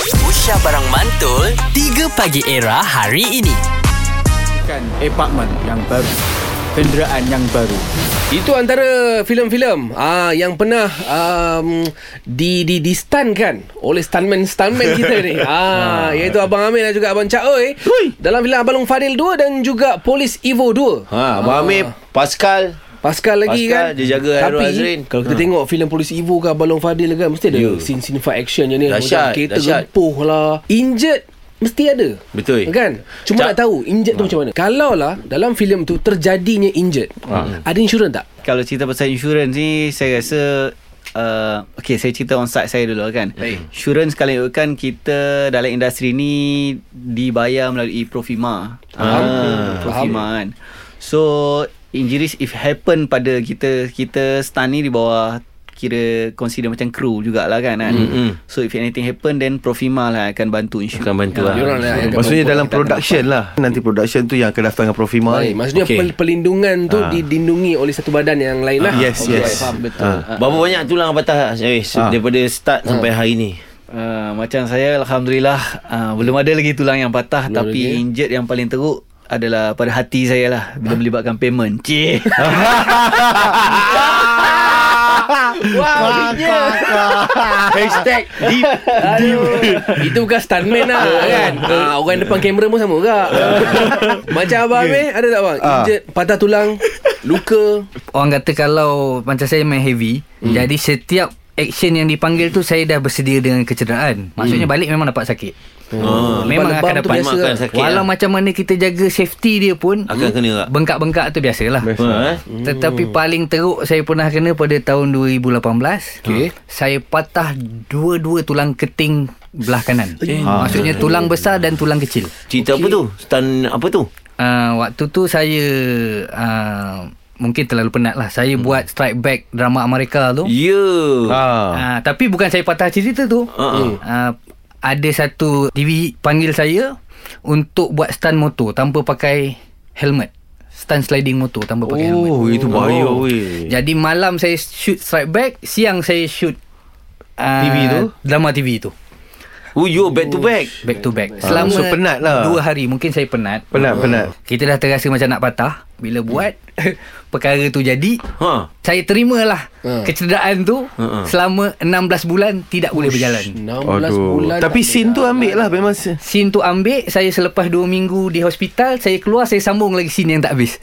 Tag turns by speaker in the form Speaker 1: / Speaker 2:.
Speaker 1: Aisyah Barang Mantul 3 Pagi Era hari ini
Speaker 2: Bukan apartment yang baru Kenderaan yang baru
Speaker 3: Itu antara filem-filem ah yang pernah um, di di di stunkan oleh stuntman stuntman kita ni. Ah iaitu abang Amir dan juga abang Cak Oi dalam filem Abang Long Fadil 2 dan juga Polis Evo
Speaker 4: Ah,
Speaker 3: 2. Ha.
Speaker 5: Ha, Abang Amir, Pascal.
Speaker 3: Pascal lagi kan
Speaker 5: Pascal, dia jaga Hairul
Speaker 3: Tapi
Speaker 5: Azrin. Ah.
Speaker 3: Kalau kita ha. tengok filem Polis Evo ke Abang Long Fadil kan Mesti ada
Speaker 5: Ya.
Speaker 3: scene-scene fight action je ni
Speaker 5: Dahsyat,
Speaker 3: Macam Kereta
Speaker 5: dahsyat.
Speaker 3: gempuh lah Injured Mesti ada
Speaker 5: Betul.
Speaker 3: Kan Cuma
Speaker 5: Cak- Ah.
Speaker 3: nak tahu Injured tu macam mana Kalau lah Dalam filem tu Terjadinya injured
Speaker 5: Ah.
Speaker 3: Ada insurans tak?
Speaker 6: Kalau cerita pasal insurans ni Saya rasa uh, Okay saya cerita on site saya dulu kan
Speaker 5: Baik.
Speaker 6: Insurans kalau ikutkan Kita dalam industri ni Dibayar melalui Profima ah, Profima kan So Injuries if happen pada kita Kita stun ni di bawah Kira consider macam crew jugalah kan, kan?
Speaker 5: Mm-mm.
Speaker 6: So if anything happen Then Profima lah akan bantu insurans
Speaker 5: Akan bantu lah.
Speaker 3: Diorang lah yang akan
Speaker 4: Maksudnya dalam
Speaker 6: kita akan
Speaker 4: production lah Nanti production tu Yang akan datang dengan Profima
Speaker 3: Baik,
Speaker 4: ni
Speaker 3: maksudnya
Speaker 5: Okey.
Speaker 3: okay. pelindungan tu
Speaker 4: Ah.
Speaker 3: dilindungi oleh satu badan yang lain lah.
Speaker 4: Yes,
Speaker 3: Okey,
Speaker 4: yes.
Speaker 3: Faham betul.
Speaker 4: Ah.
Speaker 5: Berapa banyak tulang patah eh, ha.
Speaker 4: Ah.
Speaker 5: daripada start sampai hari ni?
Speaker 6: Uh, macam saya Alhamdulillah uh, Belum ada lagi tulang yang
Speaker 3: Belum
Speaker 6: patah belum Tapi
Speaker 3: lagi.
Speaker 6: lagi. injured yang paling teruk Adalah pada hati saya lah Bila melibatkan payment Cik
Speaker 3: Wow, Hashtag deep. Aduh. Itu bukan stuntman lah kan. Ah, orang depan kamera pun sama juga. Macam abang Amir, ada tak bang?
Speaker 4: Ah.
Speaker 3: Injet, patah tulang, luka.
Speaker 7: orang kata kalau macam saya main heavy hmm. jadi setiap action yang dipanggil tu saya dah bersedia dengan kecederaan maksudnya hmm. balik memang dapat sakit
Speaker 5: Ah.
Speaker 7: memang
Speaker 3: Lebam-lebam
Speaker 7: akan
Speaker 3: tu
Speaker 7: dapat
Speaker 3: biasa
Speaker 5: Memang akan
Speaker 3: lah.
Speaker 5: sakit
Speaker 7: walau
Speaker 5: lah.
Speaker 7: macam mana kita jaga safety dia pun
Speaker 5: Akan
Speaker 4: Hmm?
Speaker 5: kena tak?
Speaker 7: bengkak-bengkak tu biasalah
Speaker 5: Ha,
Speaker 4: lah.
Speaker 5: eh?
Speaker 7: tetapi paling teruk saya pernah kena pada tahun 2018
Speaker 3: Okey.
Speaker 7: saya patah dua-dua tulang keting belah kanan Ha. maksudnya tulang besar dan tulang kecil
Speaker 5: Cerita apa tu? Stun apa tu?
Speaker 7: uh, waktu tu saya uh, mungkin terlalu penat lah. Saya hmm. buat strike back drama Amerika tu.
Speaker 5: Ya. Yeah.
Speaker 4: ha.
Speaker 7: Uh, tapi bukan saya patah hati cerita tu.
Speaker 4: Ah.
Speaker 5: Uh-uh.
Speaker 7: Uh, ada satu TV panggil saya untuk buat stunt motor tanpa pakai helmet. Stunt sliding motor tanpa pakai helmet.
Speaker 4: Oh itu bahaya oh. weh
Speaker 7: Jadi malam saya shoot strike back, siang saya shoot uh,
Speaker 4: TV tu?
Speaker 7: Drama TV tu.
Speaker 5: Oh, you back to back.
Speaker 7: Back to back. Selama
Speaker 4: Ah, so penat lah.
Speaker 7: dua hari mungkin saya penat.
Speaker 4: Penat penat
Speaker 7: Kita dah terasa macam nak patah Bila buat Perkara tu jadi
Speaker 5: Ha.
Speaker 7: Saya terimalah uh.
Speaker 3: Ha.
Speaker 7: Kecederaan tu
Speaker 5: Ha, ha.
Speaker 7: Selama 16 bulan Tidak boleh berjalan
Speaker 3: 16
Speaker 4: Aduh
Speaker 3: bulan.
Speaker 4: Tapi
Speaker 3: tak
Speaker 4: scene tu
Speaker 3: boleh
Speaker 4: ambil lah Memang se-
Speaker 7: Scene tu ambil Saya selepas 2 minggu di hospital Saya keluar Saya sambung lagi scene yang tak habis